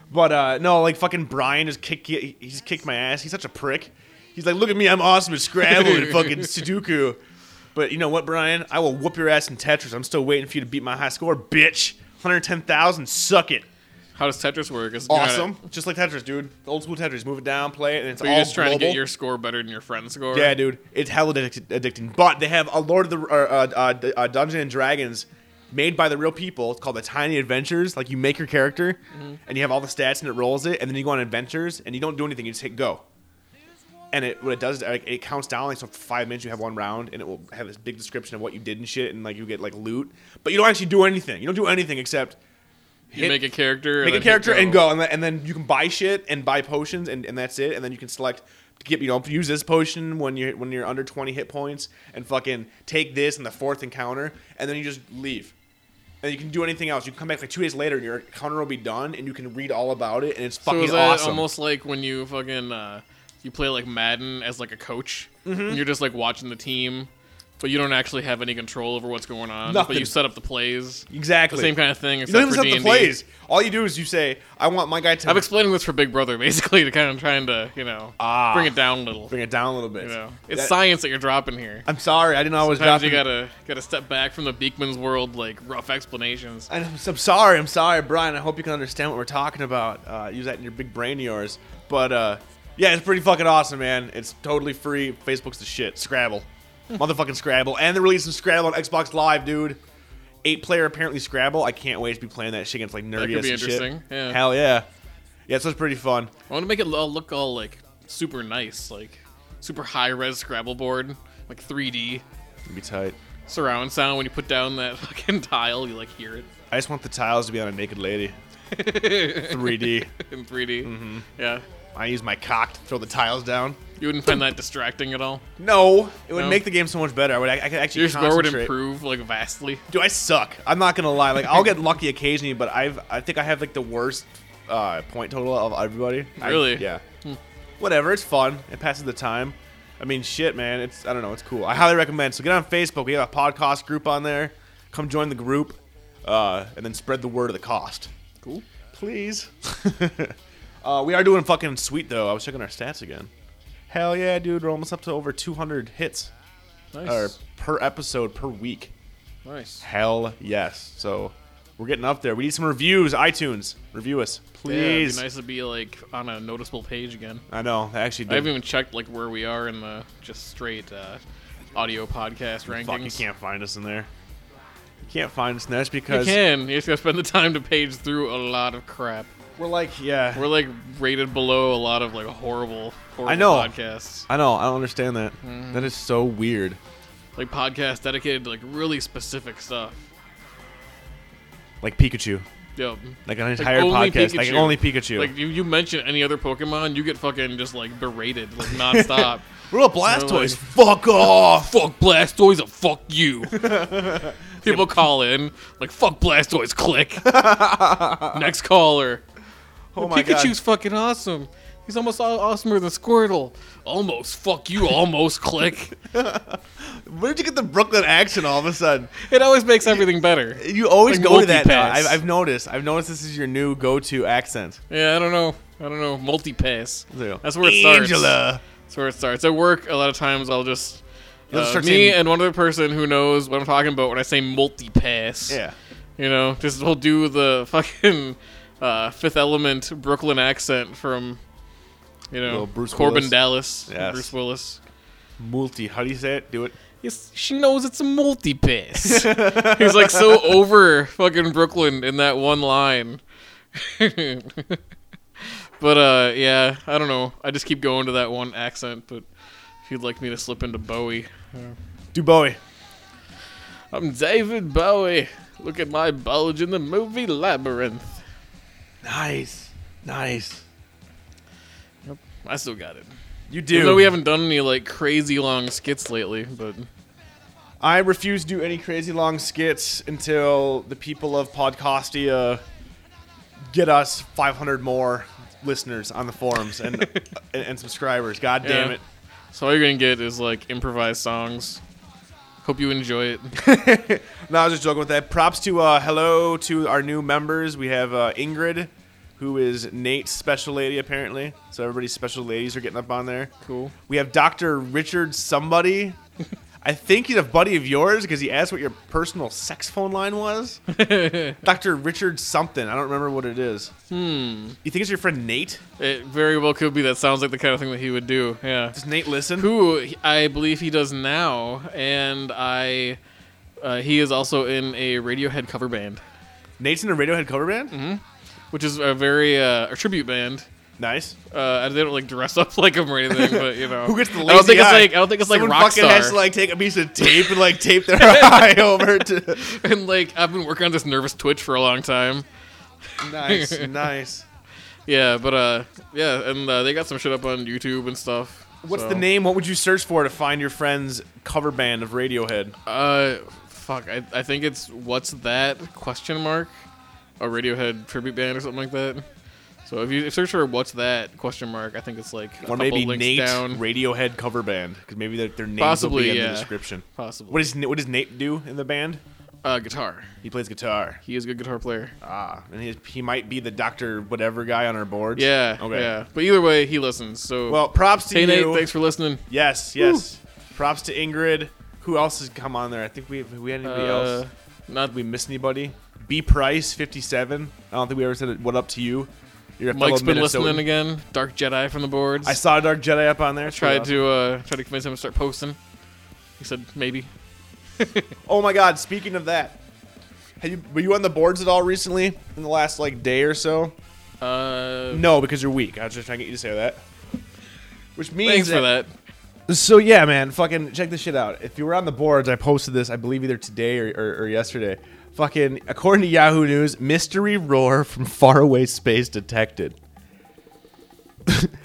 But uh, no, like fucking Brian just kicked he he just kicked my ass. He's such a prick. He's like, look at me, I'm awesome at Scrabble and fucking Sudoku. But you know what, Brian? I will whoop your ass in Tetris. I'm still waiting for you to beat my high score, bitch. 110,000, suck it.
How does Tetris work? Is
Awesome. Just like Tetris, dude. Old school Tetris. Move it down, play it, and it's
But
all
you're just trying to
global.
get your score better than your friend's score.
Yeah, dude, it's hella addic- addicting. But they have a Lord of the or, uh, uh, D- uh, Dungeon and Dragons made by the real people. It's called the Tiny Adventures. Like you make your character, and you have all the stats, and it rolls it, and then you go on adventures, and you don't do anything. You just hit go. And it what it does is like, it counts down like so for five minutes you have one round and it will have this big description of what you did and shit and like you get like loot but you don't actually do anything you don't do anything except
You
hit-
make a character.
make
and
a
then hit
character and go, and, th- and then you can buy shit and buy potions, and, and that's it. And then you can select to get you know use this potion when you're when you're under twenty hit points, and fucking take this in the fourth encounter, and then you just leave. And you can do anything else. You can come back like two days later, and your encounter will be done, and you can read all about it, and it's
So
fucking
is that
awesome.
almost like when you fucking uh, you play like Madden as like a coach,
Mm-hmm.
and you're just like watching the team, but you don't actually have any control over what's going on. But
Nothing.
you set up the plays.
exactly
The same kind of thing.
You
Except
don't even
for
set
D&D.
the plays. All you do is you say, "I want my guy to."
I'm explaining this for Big Brother, basically, to kind of trying to, you know,
Ah.
bring it down a little.
Bring it down a little bit.
You know, it's
That-
science that you're dropping here.
I'm sorry, I didn't always drop
Sometimes you gotta gotta step back from the Beekman's world, like rough explanations.
And I'm, I'm sorry, I'm sorry, Brian. I hope you can understand what we're talking about. Uh, use that in your big brain of yours. But uh, yeah, it's pretty fucking awesome, man. It's totally free. Facebook's the shit. Scrabble,
Hmm.
motherfucking Scrabble, and they're releasing Scrabble on Xbox Live, dude. Eight player apparently Scrabble. I can't wait to be playing that shit against like nerdy
could be
as shit.
interesting, yeah.
Hell yeah. Yeah, so it's pretty fun.
I want to make it all look all like super nice, like super high res Scrabble board, like 3D
It'd be tight.
surround sound. When you put down that fucking tile, you like hear it
I just want the tiles to be on a naked lady. 3D.
in 3D. Mm-hmm. Yeah,
I use my cock to throw the tiles down.
you wouldn't find that distracting at all.
No, it would
No.
make the game so much better. I would. I, I could actually.
Your score would
concentrate.
improve like vastly.
Dude, I suck. I'm not gonna lie. Like, I'll get lucky occasionally, but I've I think I have like the worst uh, point total of everybody. I-
Really? Hmm.
yeah. Whatever. It's fun. It passes the time. I mean, shit, man. It's I don't know. It's cool. I highly recommend. So get on Facebook. We have a podcast group on there. Come join the group, uh, and then spread the word of the cost. Cool. Please. Uh, we are doing fucking sweet though. I was checking our stats again. Hell yeah, dude! We're almost up to over 200 hits
Nice.
or per episode per week.
nice.
Hell yes. So we're getting up there. We need some reviews. iTunes, review us,
Yeah, it'd
please.
be nice to be like on a noticeable page again.
I know. I actually
I haven't
did.
even checked like where we are in the just straight uh, audio podcast rankings.
Fuck, you can't find us in there. You can't find us in there. That's
You
because
can. You just gotta spend the time to page through a lot of crap.
we're like, yeah.
We're like rated below a lot of like horrible, horrible
I know.
podcasts.
I know. I don't understand that.
Mm-hmm.
That is so weird.
Like podcasts dedicated to like really specific stuff.
Like Pikachu.
Yep.
Like an entire
only
podcast. Like
Pikachu.
only Pikachu.
Like you, you mention any other Pokemon, you get fucking just like berated like nonstop.
we're a Blastoise.
like-
Fuck off.
fuck Blastoise and fuck you. People call in like fuck Blastoise. Click. Next caller.
Oh my god.
Pikachu's fucking awesome. He's almost aw- awesomer than Squirtle. Almost. Fuck you. Almost. click.
Where did you get the Brooklyn accent all of a sudden?
It always makes everything better.
You always
Like
go to that. Now.
multi-pass.
I've, I've noticed. I've noticed this is your new go-to accent.
Yeah, I don't know. I don't know. Multi pass.
So,
That's where it starts.
Angela.
That's where it starts. At work, a lot of times I'll just.
You'll
Uh,
start
me
saying-
and one other person who knows what I'm talking about when I say multi pass.
Yeah.
You know, just we'll do the fucking uh, Fifth Element Brooklyn accent from, you know,
Little Bruce
Corbin
Willis.
Dallas,
Yes.
Bruce Willis.
Multi. How do you say it? Do it.
Yes, she knows it's a multi piss. He's like so over fucking Brooklyn in that one line. but uh, yeah, I don't know. I just keep going to that one accent. But if you'd like me to slip into Bowie,
Do Bowie.
I'm David Bowie. Look at my bulge in the movie Labyrinth.
Nice. Nice.
I still got it.
You
Even
do.
though we haven't done any like crazy long skits lately, but
I refuse to do any crazy long skits until the people of Podcastia get us 500 more listeners on the forums and and, and subscribers. God damn
Yeah.
it.
so all you're gonna get is like improvised songs. Hope you enjoy it.
No, I was just joking with that. Props to uh, hello to our new members. We have uh, Ingrid, who is Nate's special lady apparently. So everybody's special ladies are getting up on there.
Cool.
We have Doctor Richard somebody. I think he's a buddy of yours because he asked what your personal sex phone line was. Doctor Richard something. I don't remember what it is. Hmm. You think it's your friend Nate?
It very well could be. That sounds like the kind of thing that he would do. Yeah.
Does Nate listen?
Who I believe he does now, and I, uh, he is also in a Radiohead cover band,
Nate's in a Radiohead cover band.
Mm-hmm. which is a very uh, a tribute band.
Nice.
Uh, they don't like dress up like him or anything, but you know.
Who gets the
I
lazy
don't think it's
eye?
like I don't think it's like
Someone
rock
fucking has to like take a piece of tape and like tape their eye over to.
and like I've been working on this nervous twitch for a long time.
Nice, nice.
Yeah, but uh, yeah, and uh, they got some shit up on YouTube and stuff.
What's
so-
the name? What would you search for to find your friend's cover band of Radiohead?
Uh, fuck, I, I think it's what's that question mark, a Radiohead tribute band or something like that. So if you if you search for what's that question mark, I think it's like a
Or
couple
maybe
links
Nate
down,
Radiohead cover band because maybe their, their names
Possibly,
will be in
yeah.
the description.
possibly.
What is Na- what does Nate do in the band?
uh, guitar?
He plays guitar.
He is a good guitar player.
Ah, and he, he might be the doctor whatever guy on our boards.
Yeah,
Okay.
yeah. But either way, he listens. So
Well, props to
hey
you.
Nate, thanks for listening.
Yes, yes. Props to Ingrid. Who else has come on there? I think we we had anybody
Uh,
else.
not
Did we miss anybody? B Price fifty seven. I don't think we ever said it. What up to you? You're a
Mike's
fellow
been listening
Minnesotan.
again. Dark Jedi from the boards.
I saw Dark Jedi up on there.
tried to uh, try to convince him to start posting. He said maybe.
Oh my God! Speaking of that, have you were you on the boards at all recently in the last like day or so?
Uh,
No, because you're weak. I was just trying to get you to say that. Which means
thanks for that.
So yeah, man, fucking check this shit out. If you were on the boards, I posted this, I believe, either today or, or, or yesterday. Fucking according to Yahoo News, mystery roar from faraway space detected.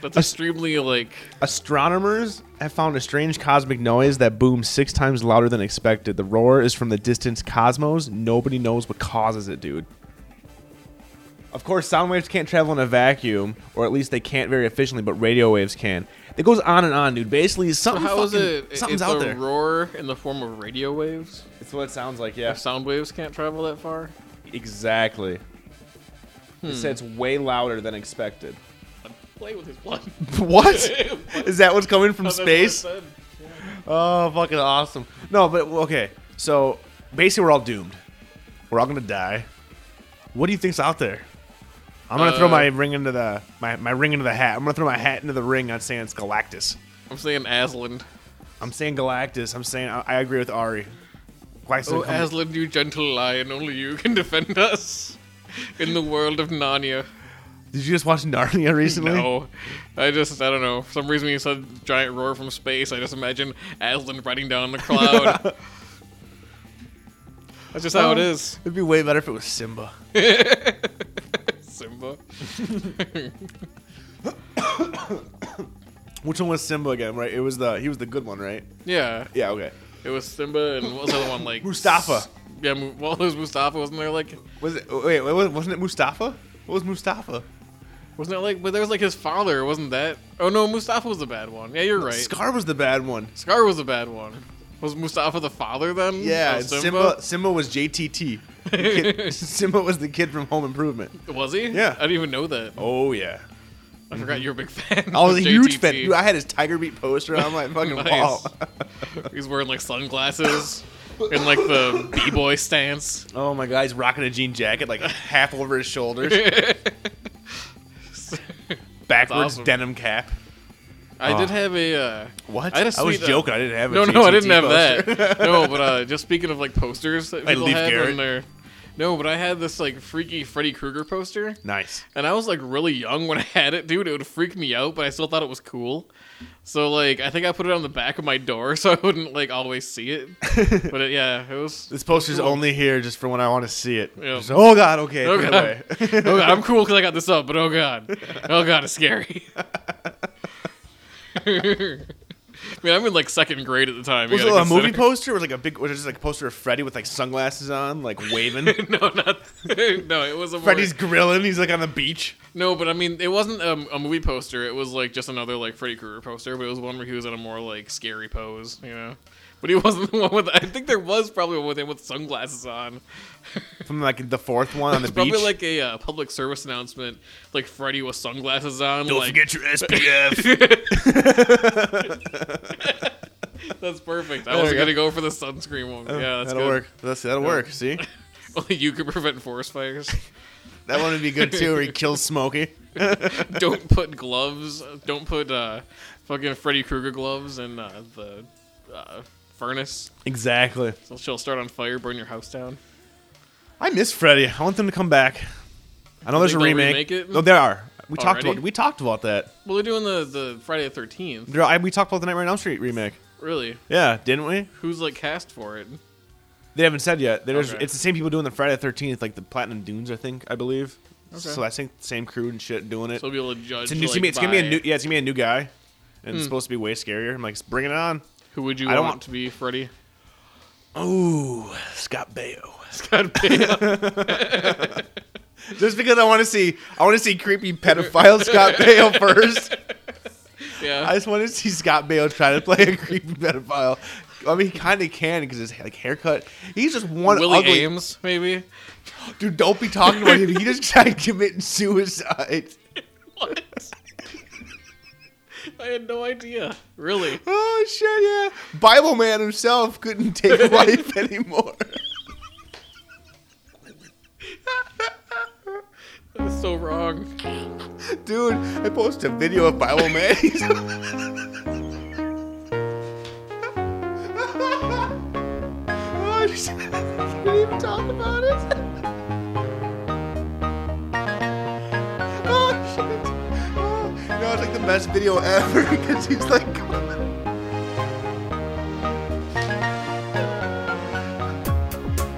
That's extremely like
Astronomers have found a strange cosmic noise that booms six times louder than expected. The roar is from the distant cosmos. Nobody knows what causes it, dude. Of course, sound waves can't travel in a vacuum, or at least they can't very efficiently, but radio waves can. It goes on and on, dude. Basically, something
How is
fucking-
it?
something's
it's
out
a
there.
roar in the form of radio waves.
It's what it sounds like, yeah.
Sound waves can't travel that far. Hmm.
Exactly. It said it's way louder than expected.
play with his blood.
what? Is that what's coming from
That's what it
space?
said.
Oh, fucking awesome. No, but okay. So basically, we're all doomed. We're all gonna die. What do you think's out there? I'm gonna throw
Uh,
my ring into the my, my ring into the hat. I'm gonna throw my hat into the ring. I'm saying it's Galactus.
I'm saying
Oh,
Aslan.
I'm saying Galactus. I'm saying I, I agree with Ari. Galactus
Oh,
will come-
Aslan, you gentle lion, only you can defend us in the world of Narnia.
Did you just watch Narnia recently?
No, I just I don't know. For some reason, when you said giant roar from space, I just imagine Aslan riding down on the cloud. That's just how it is,
It'd be way better if it was Simba.
Simba.
Which one was Simba again? Right? It was the he was the good one, right?
Yeah,
Yeah. Okay.
it was Simba and what was the other one like?
Mustafa.
Yeah, Mu- well, it was Mustafa, wasn't there like,
Was it? Wait, wait, wasn't it Mustafa? What was Mustafa?
wasn't it like, but there was like his father, wasn't that? Oh no, Mustafa was the bad one. Yeah, you're right. Scar,
Scar was the bad one.
was the bad one. Was Mustafa the father then?
Yeah,
Of
and Simba. Simba. was JTT. The kid- Simba was the kid from Home Improvement.
Was he?
Yeah.
I didn't even know that.
Oh yeah,
I forgot you're a big fan.
I was a
of
huge fan.
JTT.
Dude, I had his Tiger Beat poster on my fucking
Nice.
wall.
He's wearing like sunglasses in like the b boy stance.
Oh my god, he's rocking a jean jacket like half over his shoulders, backwards
awesome.
denim cap.
I did
Oh.
have a. Uh,
What?
I had a
was
sweet, uh,
joking. I didn't have a
no, no, I didn't
JTT
have
poster.
that. No, but uh, just speaking of like posters that
Like
people
Leif
had
Garrett?
on their. No, but I had this like freaky Freddy Krueger poster,
Nice.
and I was like really young when I had it, dude. It would freak me out, but I still thought it was cool. So like, I think I put it on the back of my door so I wouldn't like always see it. But it, yeah, it was.
This poster's only here just for when I want to see it.
Yeah.
Just, oh god, okay,
Oh,
put it
God.
away.
Oh god, I'm cool because I got this up, but oh god, oh god, it's scary. Man, I'm in like second grade at the time. You
Was it
gotta
a movie
consider-
poster? Or was it like a big, was it just like a poster of Freddy with like sunglasses on, like waving?
No, not no. It was a more-
Freddy's grilling. He's like on the beach.
no, but I mean, it wasn't um, a movie poster. It was like just another like Freddy Krueger poster, but it was one where he was in a more like scary pose, you know. But he wasn't the one with. I think there was probably one with him with sunglasses on.
from like the fourth one on the beach.
Probably like a uh, public service announcement, like Freddy with sunglasses on. like,
your SPF.
That's perfect. I was
you go. Oh,
gonna go for the sunscreen one. Yeah, that's
that'll
good.
work. That's, that'll work. See,
Only you can prevent forest fires.
that one would be good too. Where he kills Smokey.
don't put gloves. Don't put uh, fucking Freddy Krueger gloves in uh, the uh, furnace.
Exactly.
So she'll start on fire, burn your house down.
I miss Freddy. I want them to come back. I know there's a
think they'll
remake.
remake it?
No, there are. We talked
Already?
about we talked about that.
Well, they're doing the the Friday the Thirteenth.
There- I- we talked about the Nightmare on Elm Street remake.
Really?
Yeah, didn't we?
Who's like cast for it?
They haven't said yet. There's
Okay.
it's the same people doing the Friday the Thirteenth, like the Platinum Dunes, I think. I believe.
Okay.
So I think same crew and shit doing it.
So we'll be able to judge.
it's a new,
like,
it's
Hmm.
gonna be- it's gonna be a
by
new yeah, it's gonna be a new guy, and it's supposed to be way scarier. I'm like, bring it on.
Who would you
I
want,
don't want-
to be Freddy?
Ooh, Scott Baio.
Scott Baio.
Just because I want to see, I want to see creepy pedophile Scott Baio first. I
yeah.
just want to see Scott Baio try to play a creepy pedophile. I mean, he kind of can because his like haircut. He's just one
Willie
ugly
Ames, maybe.
dude. Don't be talking about him. He just tried committing suicide.
What? I had no idea. Really?
Oh shit! Yeah, Bible man himself couldn't take life anymore.
That's so wrong.
Dude, I posted a video of Bible man. He's- oh, shit. Can we even talk about it? Oh, shit. Oh, no, it's like the best video ever because he's like.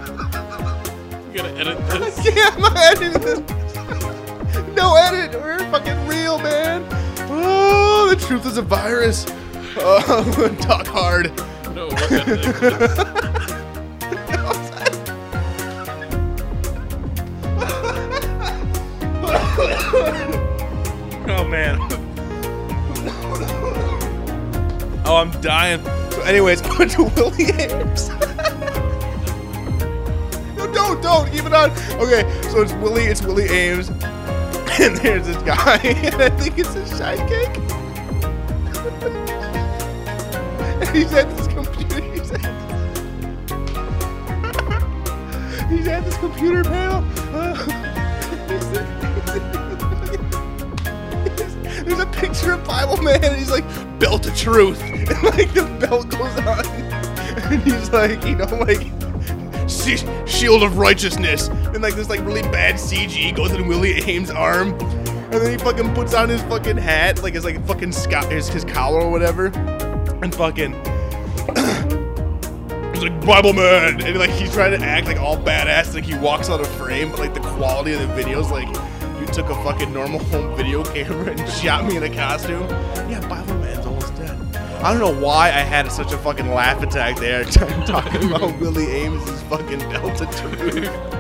You gotta edit this.
Yeah, I'm not editing this. No edit. We're fucking real, man. Oh, the truth is a virus. Oh, talk hard.
No, we're gonna-
Oh man. oh, I'm dying. So, anyways, going to Willie Ames. no, don't, don't. Keep it on. Okay, so it's Willie. It's Willie Ames. and there's this guy, and I think it's a shy cake. and he's at this computer. He's at, he's at this computer panel. Uh, he's- he's- there's a picture of Bible Man, and he's like, belt of truth. And like, the belt goes on. And he's like, you know, like, "Shi- shield of righteousness and like this like really bad CG goes in Willie Ames' arm, and then he fucking puts on his fucking hat like his like fucking sco- his, his collar or whatever, and fucking he's like Bible man and like he's trying to act like all badass like he walks out of frame but like the quality of the video is like you took a fucking normal home video camera and shot me in a costume. Yeah, Bible man's almost dead. I don't know why I had such a fucking laugh attack there talking about Willie Amos's fucking Delta Truth.
the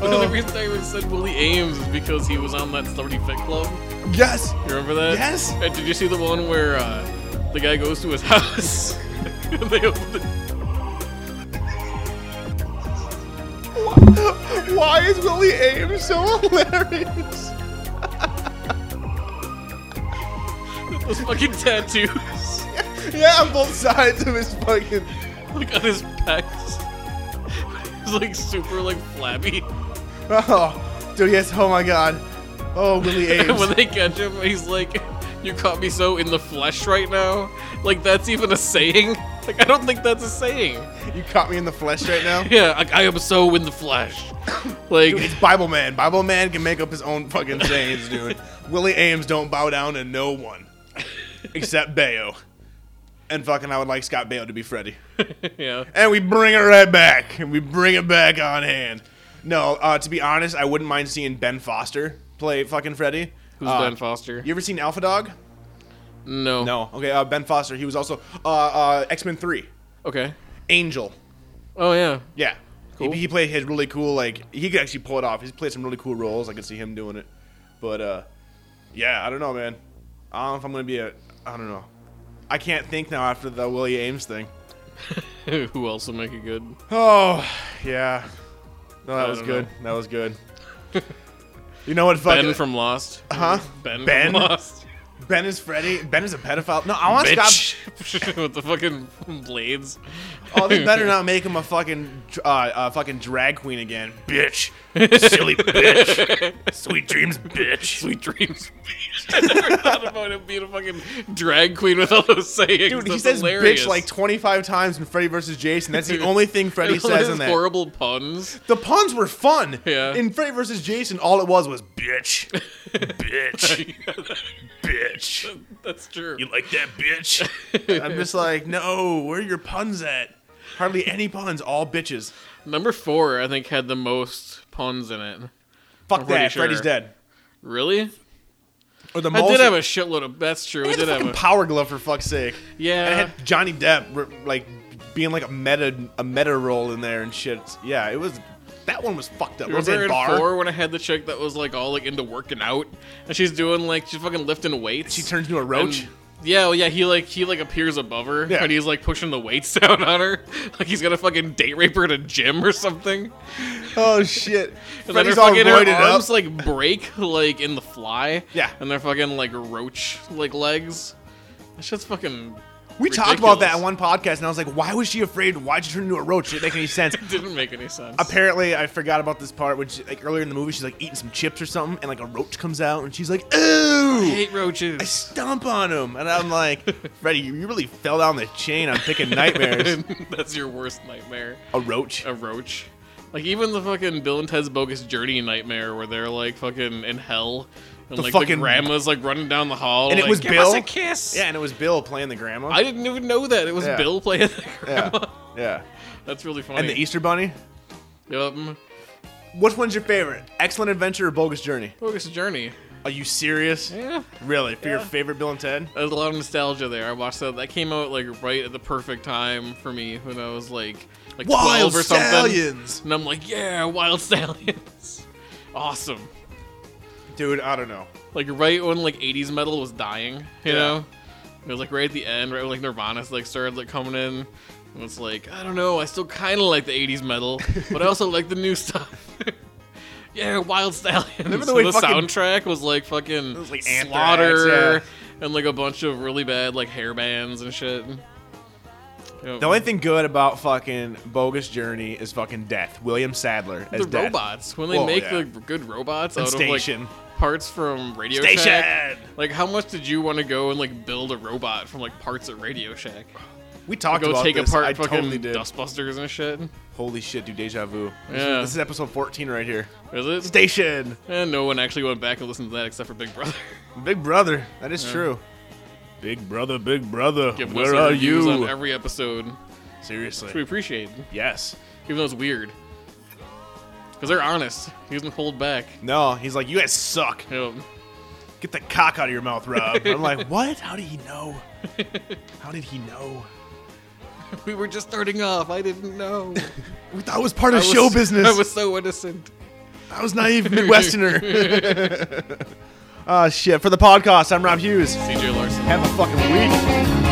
Oh.
reason I even said Willie Ames is because he was on that Celebrity Fit Club.
Yes.
You remember that?
Yes.
And did you see the one where uh, the guy goes to his house and they open the
Why is Willie Ames so hilarious?
those fucking tattoos
Yeah, on both sides of his fucking.
like on his pecs? He's like super like flabby.
Oh, dude, yes. Oh my God. Oh, Willie
And when
Ames.
they catch him, he's like, "You caught me so in the flesh right now." Like that's even a saying. Like I don't think that's a saying.
you caught me in the flesh right now.
Yeah, like I am so in the flesh. Like
Dude, it's Bible Man. Bible Man can make up his own fucking sayings, dude. Willie Ames don't bow down to no one except Bayo. And fucking, I would like Scott Baio to be Freddy.
yeah.
And we bring it right back. And we bring it back on hand. No, uh, to be honest, I wouldn't mind seeing Ben Foster play fucking Freddy.
Who's
Uh,
Ben Foster?
You ever seen Alpha Dog?
No.
No. Okay, uh, Ben Foster. He was also uh, uh, X Men 3,
Okay.
Angel.
Oh yeah.
Yeah.
Cool.
He, he played his really cool, like, he could actually pull it off. He's played some really cool roles. I could see him doing it. But, uh, yeah, I don't know, man. I don't know if I'm going to be a. I don't know. I can't think now after the Willie Ames thing.
Who else would make it good?
Oh, yeah. No, that
I
was
don't
good.
know.
That was good. you know what? Fuck
Ben
it.
from Lost.
Huh?
Ben.
Uh, Ben?
From Lost.
ben is Freddy. Ben is a pedophile. No, I want Scott.
Bitch. With the fucking blades.
Oh, they better not make him a fucking uh, uh, fucking drag queen again, bitch. Silly bitch. Sweet dreams, bitch.
Sweet dreams. bitch. I never thought about him being a fucking drag queen with all those sayings.
Dude, he
That's
says
hilarious.
bitch like 25 times in Freddy vs. Jason. That's the only thing Freddy
And all
says
his
in that.
horrible puns.
The puns were fun.
Yeah.
In Freddy vs. Jason, all it was was bitch, bitch, bitch.
That's true.
You like that, bitch? I'm just like, no. Where are your puns at? Hardly any puns. All bitches.
Number four, I think, had the most puns in it.
Fuck
I'm pretty
that.
sure.
Freddy's dead.
Really?
Or the
I
most-
did have a shitload of. That's true.
They
I
had
did
the
have
fucking
a.
power glove for fuck's sake.
Yeah.
And it had Johnny Depp r- like being like a meta a meta role in there and shit. Yeah, it was that one was fucked up. Was
Remember
it
in
bar?
four when I had the chick that was like all like into working out, and she's doing like she's fucking lifting weights.
She turns into a roach.
And- yeah, well, yeah, he like he like appears above her,
Yeah.
and he's like pushing the weights down on her, like he's gonna fucking date rape her at a gym or something.
oh shit!
And then her
Freddy's all
fucking
roided
her
up.
arms like break like in the fly.
Yeah.
and they're fucking like roach like legs. That shit's fucking.
we talked about that
ridiculous.
in one podcast, and I was like, "Why was she afraid? Why'd she turn into a roach? Did it make any sense?"
Didn't make any sense.
Apparently, I forgot about this part. Which like earlier in the movie, she's like eating some chips or something, and like a roach comes out, and she's like, "Ooh!"
I hate roaches.
I stomp on him, and I'm like, "Freddy, you really fell down the chain on picking nightmares."
That's your worst nightmare.
a roach.
a roach. Like even the fucking Bill and Ted's Bogus Journey nightmare, where they're like fucking in hell, and
The
like the
fucking-
grandma's like running down the hall,
And it
like,
was
"Give
Bill?
us a kiss.
Yeah, and it was Bill playing the grandma.
I didn't even know that it was
Yeah.
Bill playing the grandma.
yeah, yeah.
That's really funny.
And the e- Easter Bunny.
Yep.
Which one's your favorite? Excellent Adventure or Bogus Journey?
Bogus Journey.
Are you serious?
Yeah,
Really? For your favorite Bill and Ted?
there's a lot of nostalgia there. I watched that. That came out like right at the perfect time for me when I was like like twelve or something.
Stallions,
And I'm like, yeah, Wild Stallions. awesome.
dude. I don't know.
like right when like 80s metal was dying, you
Yeah.
know? It was like right at the end, right when like Nirvana's like started like coming in. And it's like, I don't know, I still kind of like the 80s metal, but I also like the new stuff. Yeah, Wild Stallions.
Remember the
the,
way
the
fucking-
soundtrack was like fucking
was like
Slaughter
Anthrax,
and like a bunch of really bad like hair bands and shit. Yep.
The only thing good about fucking Bogus Journey is fucking Death. William Sadler as
the
Death.
robots when they
Well,
make
yeah.
the good robots
And
out
Station.
of like parts from Radio Shack.
Station!
Like, how much did you want to go and like build a robot from like parts at Radio Shack?
We talked
Go
about
take
this.
apart
I
fucking
totally did.
Dustbusters and shit.
Holy shit, dude! Deja vu. This,
Yeah.
is, this is episode 14 right here.
Is it?
Station.
and no one actually went back and listened to that except for Big Brother.
Big brother. That is true. Big brother, big brother.
Giving us
Where
our
are
reviews
you?
On every episode, which we
Seriously.
appreciate,
Yes.
even though it's weird. Because they're honest. He doesn't hold back.
No, he's like, you guys suck.
You know,
Get the cock out of your mouth, Rob. I'm like, what? How did he know? How did he know?
we were just starting off. I didn't know.
We thought it was part of
I was-
show business.
I was so innocent.
I was naive Midwesterner. Ah, shit. For the podcast, I'm Rob Hughes.
DJ Larson.
Have a fucking week.